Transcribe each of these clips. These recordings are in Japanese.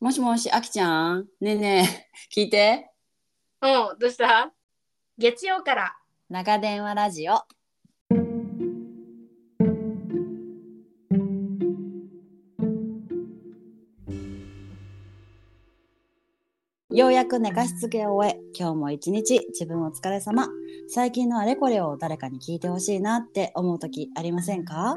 もしもし、あきちゃんねえねえ、聞いて。うん、どうした月曜から。長電話ラジオ。ようやく寝かしつけを終え、今日も一日自分お疲れ様。最近のあれこれを誰かに聞いてほしいなって思う時ありませんか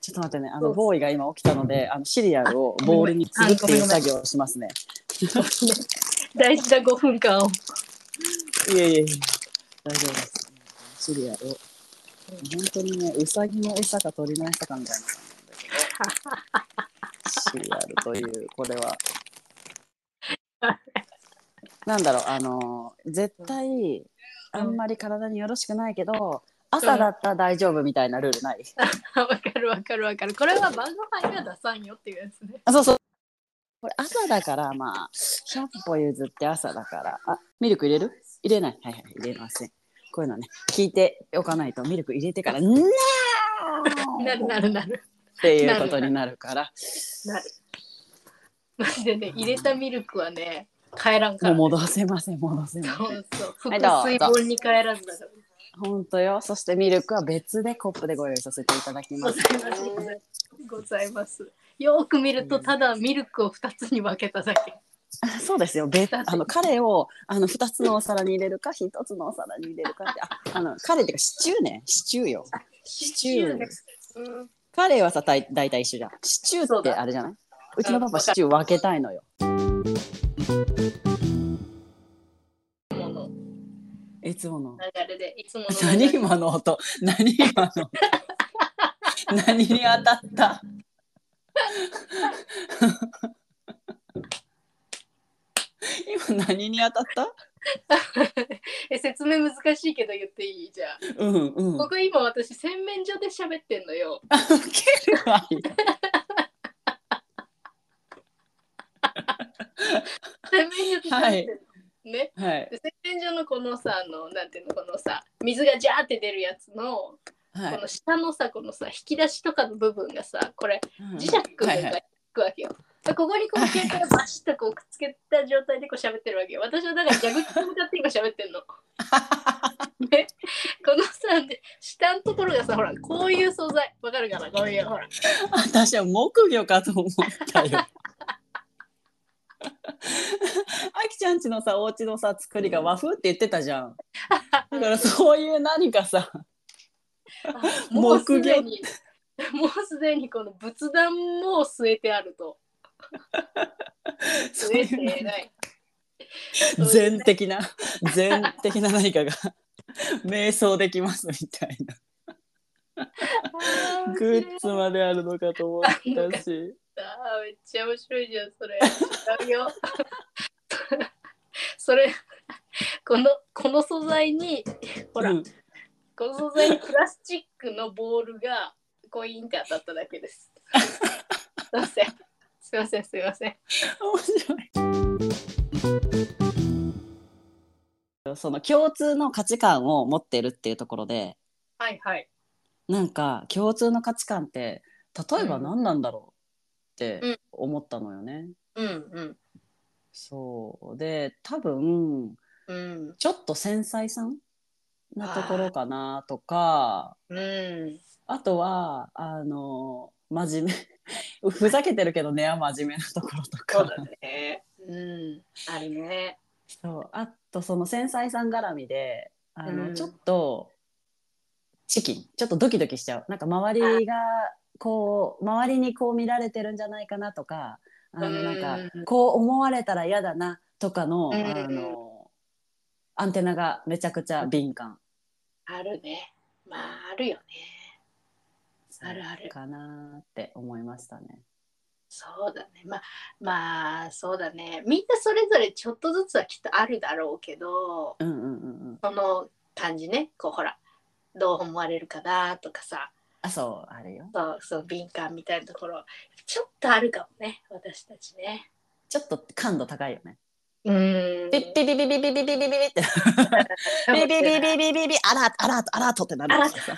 ちょっと待ってね、あそのうボーイが今起きたので、あのシリアルをボウルにするっていう作業をしますね。大事な5分間を。いえいえいえ、大丈夫です。シリアルを。本当にね、ウサギの餌か鳥の餌かみたいな感じだけど。シリアルという、これは。なんだろう、あの、絶対、あんまり体によろしくないけど、朝だったら大丈夫みたいなルールない。わかるわかるわかる。これは晩ご飯が出さんよっていうやつね。あ、そうそう。これ朝だから、まあ、100歩譲って朝だから。あ、ミルク入れる入れない。はいはい、入れません。こういうのね、聞いておかないと、ミルク入れてから、ななるーっなるなる。ていうことになるから、なる。マジでね、入れたミルクはね、帰らんかもうら、ね。戻せません、戻せません。そうそう。は腹いどうぞ水盆に帰らずだから。本当よ。そしてミルクは別でコップでご用意させていただきごます。ざいます。ございます。よーく見ると、ただミルクを2つに分けただけ。あそうですよ。別あのカレーをあの2つのお皿に入れるか、1つのお皿に入れるかって、ああのカレーっていうかシチューね、シチューよ。シチューうんカレーはさ大大体一緒じゃんシチューそうってだあれじゃないうちのパうんわかパるシチュー分けたいのよものいつもの流れで、いつもの流何れで。今の音何今の音何に当たった今何に当たったえ説明難しいけど言っていいじゃあ。うんうんここ今私、洗面所で喋ってんのよ。ウケるわよ洗面所で喋ってんの。ね。はいで洗面所のこのさあのなんていうのこのさ水がジャーって出るやつの、はこの下のさこのさ引き出しとかの部分がさこれい磁石がくはいはいわけよ。でここにこう携帯をバシッとこうくっつけた状態でこう喋ってるわけよ。私はだから蛇口に向かって今喋って んの。ね、このさで下のところがさほらこういう素材わかるかなこういうほら私は木魚かと思ったよ。あきちゃんちのさお家のさ作りが和風って言ってたじゃん。だからそういう何かさあもうすでにもうすでにこの仏壇も据えてあるとそう据いえてうない。全的な全的な何かが瞑想できますみたいなあーグッズまであるのかと思ったし。あーめっちゃ面白いじゃんそれ。違うよ。 それこのこの素材にほら、うんこの素材にプラスチックのボールがコインって当たっただけです。 すいません。すいませんすいません。面白い。その共通の価値観を持ってるっていうところではいはい。なんか共通の価値観って例えば何なんだろうっうんて思ったのよね。うんうんそうで多分うんちょっと繊細さんなところかなとかうん。あとはあの真面目 ふざけてるけど根は真面目なところとそうかだね。うん。あるね。そうあとその繊細さん絡みであの、うんちょっとチキンちょっとドキドキしちゃうなんか周りがこう周りにこう見られてるんじゃないかなとかあのなんかうんこう思われたら嫌だなとかの,、うんあのアンテナがめちゃくちゃ敏感あるね。まああるよね。あるあるかなって思いましたね。そうだねまあまあそうだねみんなそれぞれちょっとずつはきっとあるだろうけどうんうんうんうん。その感じねこうほらどう思われるかなとかさあ、そう、あるよ。そうそう敏感みたいなところちょっとあるかもね私たちね。ちょっと感度高い よね。うーんビビビビビビビビビビビって。ビビビビビビビビアラートアラートアラートってなるあんらですよ。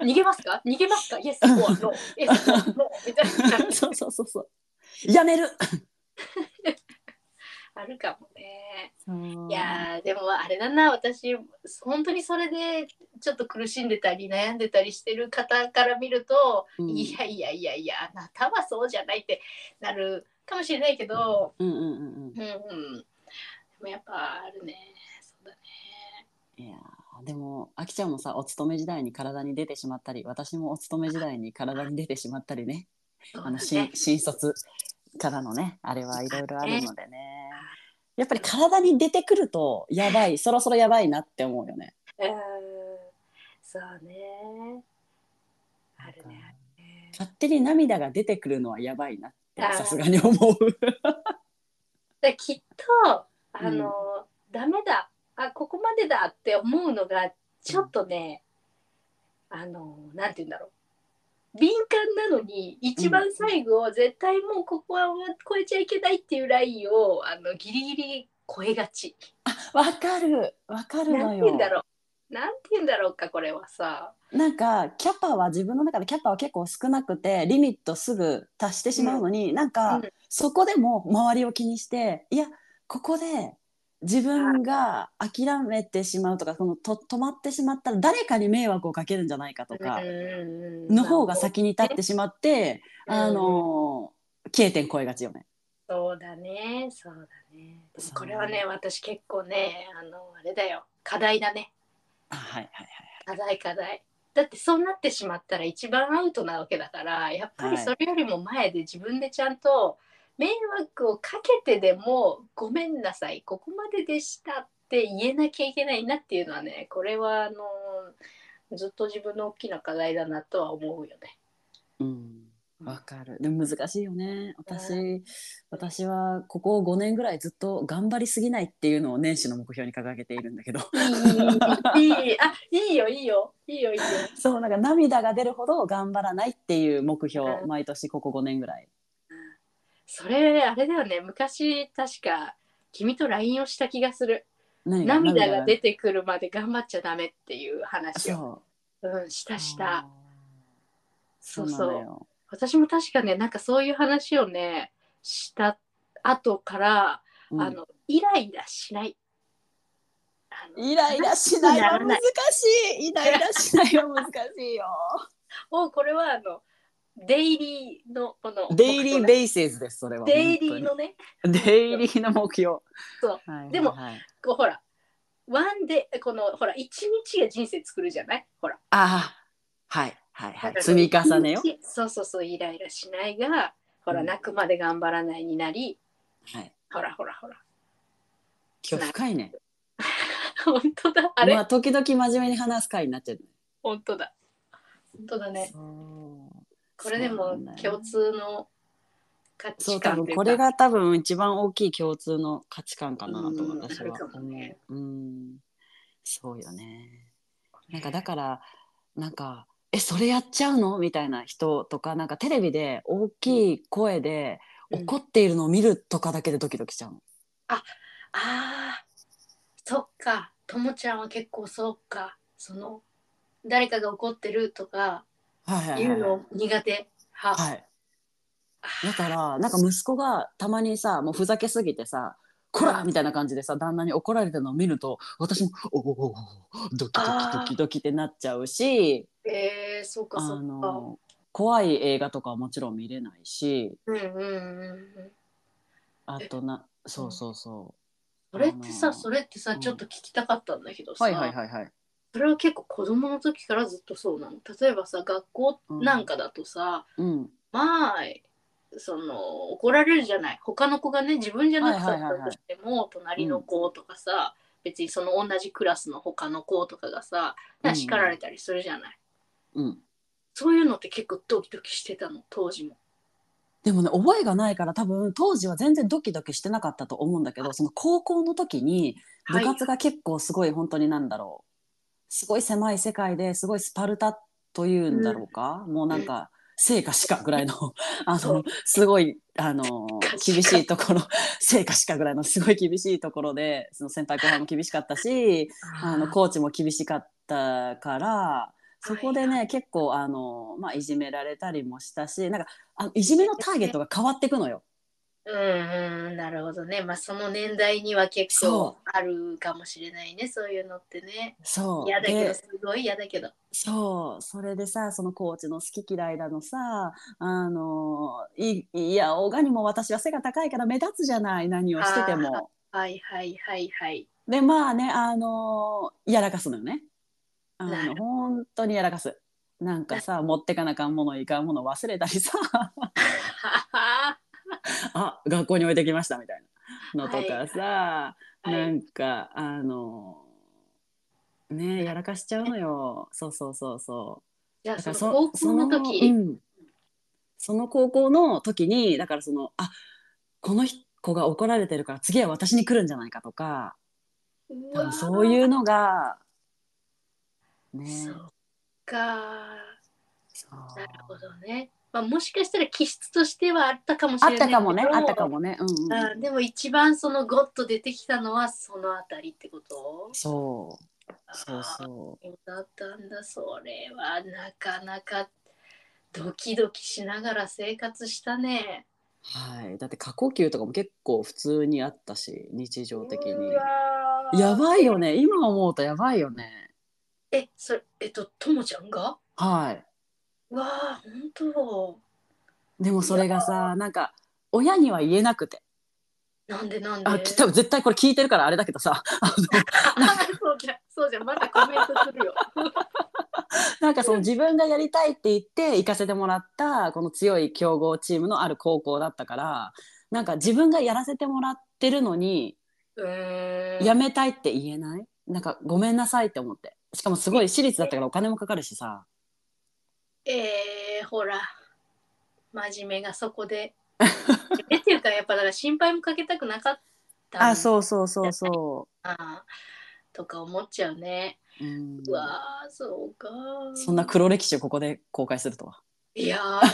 逃げますか逃げますか ?Yes, or no. Yes, or no. みたいな。そうそうそうそう。やめる。あるかもね。いやーでもあれだな私本当にそれでちょっと苦しんでたり悩んでたりしてる方から見ると、うんいやいやいやいやあなたはそうじゃないってなるかもしれないけど、うんうんうんうん。うんうん、でもやっぱあるねそうだねいやーでもあきちゃんもさお勤め時代に体に出てしまったり私もお勤め時代に体に出てしまったりねそうあだねの新新卒からのねあれはいろいろあるのでねやっぱり体に出てくるとやばいそろそろやばいなって思うよね。うんそうねあるねあるね勝手に涙が出てくるのはやばいなってあーさすがに思う。できっとあの、ダメだあここまでだって思うのがちょっとね、あのなんて言うんだろう敏感なのに一番最後、絶対もうここは超えちゃいけないっていうラインをあのギリギリ超えがち。 わかるわかるなのんて言うよん。だろうなんて言うんだろうかこれはさ。なんかキャパは自分の中でキャパは結構少なくてリミットすぐ達してしまうのに、なんか、うんそこでも周りを気にしていやここで自分が諦めてしまうとかそのと止まってしまったら誰かに迷惑をかけるんじゃないかとか、のの方が先に立ってしまって、あの経点超えがちよね。そうだねそうだねでもこれはそね私結構ねあのあれだよ課題だねあはいはい課題課題だってそうなってしまったら一番アウトなわけだからやっぱりはいそれよりも前で自分でちゃんと迷惑をかけてでも「ごめんなさいここまででした」って言えなきゃいけないなっていうのはねこれはあのずっと自分の大きな課題だなとは思うよね。うんわかるでも難しいよね私、私はここ5年ぐらいずっと頑張りすぎないっていうのを年始の目標に掲げているんだけどいいいいあいいよいいよいいよいいよ。 そうなんか涙が出るほど頑張らないっていう目標うん毎年ここ5年ぐらいそれあれだよね昔確か君と LINE をした気がする何涙が出てくるまで頑張っちゃダメっていう話を。そうん、しうたした。そうなのそう。よ私も確かね、なんかそういう話をね、した後から、うんあの、イライラしない。あのイライラしないは難しいイライラしないは難しいよおこれはあの、デイリーの、この、 デイリーデベーシスですそれはイリーのね、本当にデイリーの目標そうはいはいはいでもこうほら、ワンデー、この、ほら、一日が人生作るじゃないほら。あーはいはいはだいから積み重ねよ一日そうそうそう、イライラしないが、ほら、うん泣くまで頑張らないになり、はいほらほらほら。 今日深いね本当だ、あれ、まあ時々真面目に話す回になっちゃう本当だ。本当だね。そうこれでそうなもんだよ共通の価そ値う多観分というかこれが多分一番大きい共通の価値観かなとうん私あはるか思もねう。うん、そうよね。なんかだからなんかえそれやっちゃうのみたいな人とかなんかテレビで大きい声でうん怒っているのを見るとかだけでドキドキしちゃうの。あーそっかともちゃんは結構そっかその誰かが怒ってるとかはいはいいはいうの苦手派、はい。だからなんか息子がたまにさもうふざけすぎてさ「こら!」みたいな感じでさ旦那に怒られてるのを見ると私も「おおおおドキドキドキドキ」ってなっちゃうしえー、そうかあそうか、の怖い映画とかはもちろん見れないしうんうんうんうんあとなそうそうそそれってあさのーそれってさうんちょっと聞きたかったんだけどう。さ、はいはいはいはい。それは結構子供の時からずっとそうなの例えばさ学校なんかだとさ、うんまあその怒られるじゃない他の子がね自分じゃなくはいはいはいたはいとしても、隣の子とかさ、別にその同じクラスの他の子とかがさなんか叱られたりするじゃない、うん。そういうのって結構ドキドキしてたの当時もでもね覚えがないから多分当時は全然ドキドキしてなかったと思うんだけどその高校の時に部活が結構すごい本当になんだろうすごい狭い世界ですごいスパルタというんだろうか、もうなんか成果しかぐらいのあそうのすごいあ の厳しいところ成果しかぐらいのすごい厳しいところでその先輩後輩も厳しかったしあのコーチも厳しかったからそこでね、結構あの、まあ、いじめられたりもしたしなんかあいじめのターゲットが変わってくのよ。うんうんなるほどねまあその年代には結構そあるかもしれないねそういうのってねそう嫌だけでどすごい嫌だけどそうそれでさそのコーチの好き嫌いだのさあのいいやオガにも私は背が高いから目立つじゃない何をしてても。はいはいはいはいでまあねあのやらかすのよね。あなるの本当にやらかす。なんかさ持ってかなあかんものいかんもの忘れたりさははあ学校に置いてきましたみたいなのとかさ、はいなんかあのねやらかしちゃうのよそうそうそうそう。じゃあだかそらのそ高校の時そのうんその高校の時にだからそのあこの子が怒られてるから次は私に来るんじゃないかとか多分そううわいうのがねそっかそうなるほどね、まあ、もしかしたら気質としてはあったかもしあれなっいけどたかもねあったかもねうん、うん、あでも一番そのゴッと出てきたのはそのあたりってことそうそうそそうだったんだそれはなかなかドキドキしながら生活したねうはいだって過呼吸とかも結構普通にあったし日常的にうわーやばいよね今思うとやばいよねえそれえっとともちゃんがはいわあ本当でもそれがさなんか親には言えなくてなんでなんであき 多分絶対これ聞いてるからあれだけどさ あのそうじゃん、そうじゃん、またコメントするよ。なんかその自分がやりたいって言って行かせてもらったこの強い強豪チームのある高校だったからなんか自分がやらせてもらってるのにうーん。やめたいって言えないなんかごめんなさいって思ってしかもすごい私立だったからお金もかかるしさえー、ほら、真面目がそ こで。えっていうか、やっぱだから心配もかけたくなかったな。ううそうそうそとか思っちゃうね。う、うんうわー、そうか。そんな。黒歴史をここで公開するとはいや ー。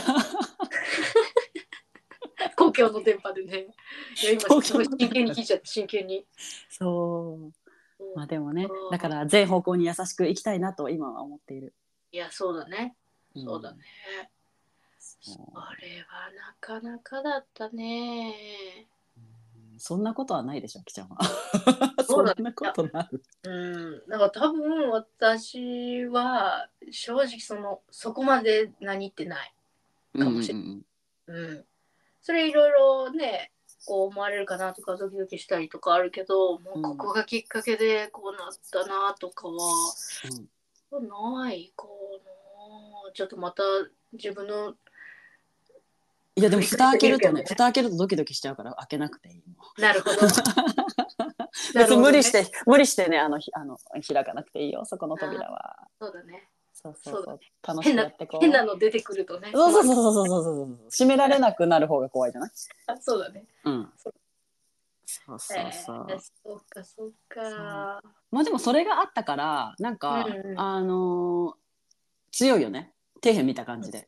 公共の電波でね。いや、今、すごい真剣に聞いちゃった、真剣に。そうまあでもねうんだから全方向に優しくいきたいなと今は思っている、いや、そうだね。んそうだね。そうあれはなかなかだったね。そんなことはないでしょ、きちゃんは。そそうんだねなことなる。うん、だから多分私は正直そのそこまで何ってない。かもしれうんうん、それいろいろねこう思われるかなとかドキドキしたりとかあるけどもうここがきっかけでこうなったなとかはうんないかなちょっとまた自分のいやでも蓋開けるとねうん蓋開けるとドキドキしちゃうから開けなくていいもんなるほ ど別に無理してて無理してねあのひあの開かなくていいよそこの扉はそうだねそうそうそうそだう楽し変くやなってこう変なの出てくるとねそうそうそうそうそうそうそう閉められなくなる方が怖いじゃないあそうだねうんそうそうそうえーそうかそうかまあでもそれがあったからなんかうんうんあのー強いよね底辺見た感じで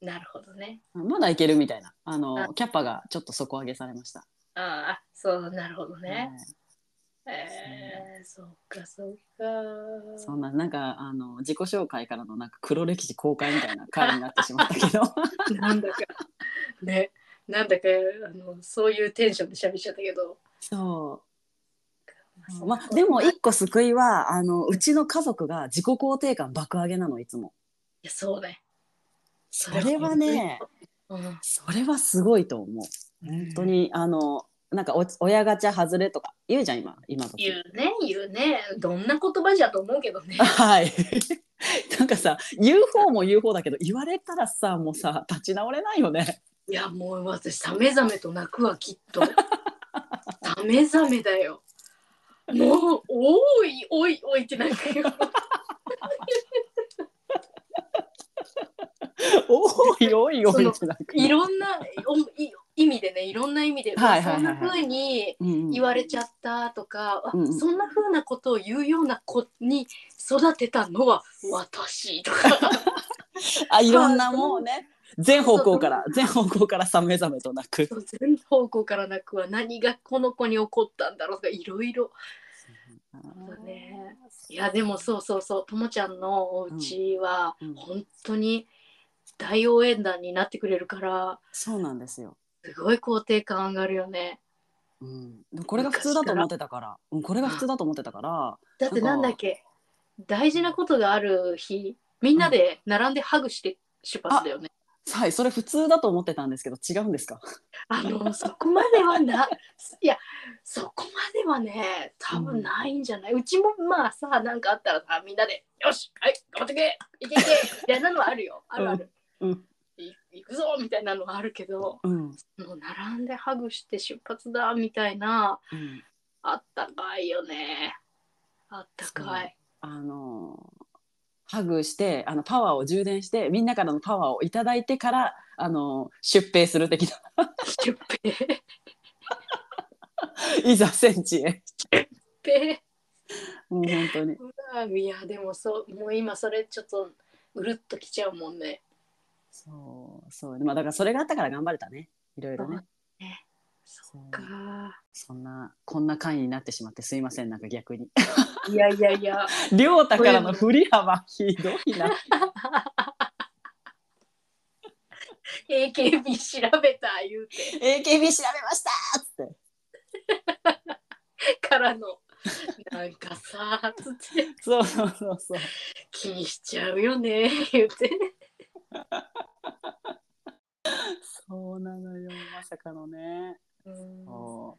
なるほどねまだいけるみたいなあうのキャッパがちょっと底上げされましたああそうなるほどはいね、えー、そうかそうかそんななんかあの自己紹介からのなんか黒歴史公開みたいな回になってしまったけ どなんだかねなんだかあのそういうテンションで喋っちゃったけど、そまう、まあ、でもい一個救いはあのうちの家族が自己肯定感爆上げなのいつもやそうねそれはねうんそれはすごいと思う本当にあのなんかお親ガチャ外れとか言うじゃん今今時言うね言うねどんな言葉じゃと思うけどね はいなんかさ言う方も言う方だけど言われたらさもうさ立ち直れないよね いやもう私さめざめと泣くわきっとさめざめだよもうおいおいおいってなんかよおいおいおいってなんかいろんなおい意味でねいろんな意味で、はいはいはいはいそんな風にうん言われちゃったとか、あうんうんそんな風なことを言うような子に育てたのは私 とかあいろんなもうね全方向から全方向からさめざめとなくそう全方向からなくは何がこの子に起こったんだろうとかいろいろそうねいやでもそうそうそうともちゃんのお家はうんうん本当に大応援団になってくれるからそうなんですよ、すごい肯定感上がるよね。うん、でもこれが普通だと思ってたから、うん、これが普通だと思ってたからだってなんだっけ大事なことがある日みんなで並んでハグして出発だよね。はいそれ普通だと思ってたんですけど違うんですかあのそこまではな いやそこまではね多分ないんじゃない、うちもまあさなんかあったらさみんなで「よしはい頑張ってけいけいけ」みたいなのはある よあるある。うんうんい行くぞみたいなのはあるけど、うん、もう並んでハグして出発だみたいなうん、あったかいよねあったかいあのーハグしてあのパワーを充電してみんなからのパワーをいただいてからあのー出兵する的な出兵いざ戦地へ兵もう本当にうわいやでもそうもう今それちょっとうるっときちゃうもんねそうそうまあだからそれがあったから頑張れたねいろいろねそっかそんなこんな回になってしまってすいませんなんか逆にいやいやいや 亮太からの振り幅ひどい な AKB 調べた言う AKB て調べましたーっつってからのなんかさつってそうそうそうそう気にしちゃうよね言うてそうなのよまさかのねうんこ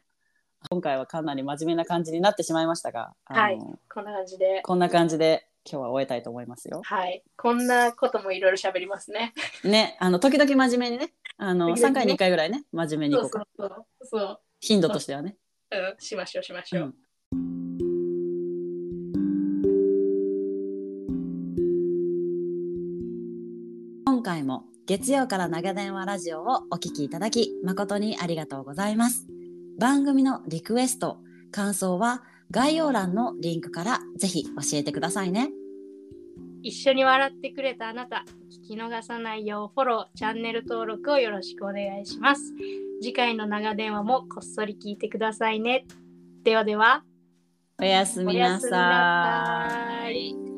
そう今回はかなり真面目な感じになってしまいましたが、あのはいんな感じでこんな感じで今日は終えたいと思いますよ。はいこんなこともいろいろ喋りますねね、あの時々真面目にね、あの時三々ね回に一回ぐらいね、真面目にいそこううか。そうそうそう頻度としてはね。うん、しましょうしましょう。今回も月曜から長電話ラジオをお聞きいただき誠にありがとうございます番組のリクエスト感想は概要欄のリンクからぜひ教えてくださいね一緒に笑ってくれたあなた、聞き逃さないようフォロー、チャンネル登録をよろしくお願いします。次回の長電話もこっそり聞いてくださいね。ではでは、おやすみなさおやすみなさいい。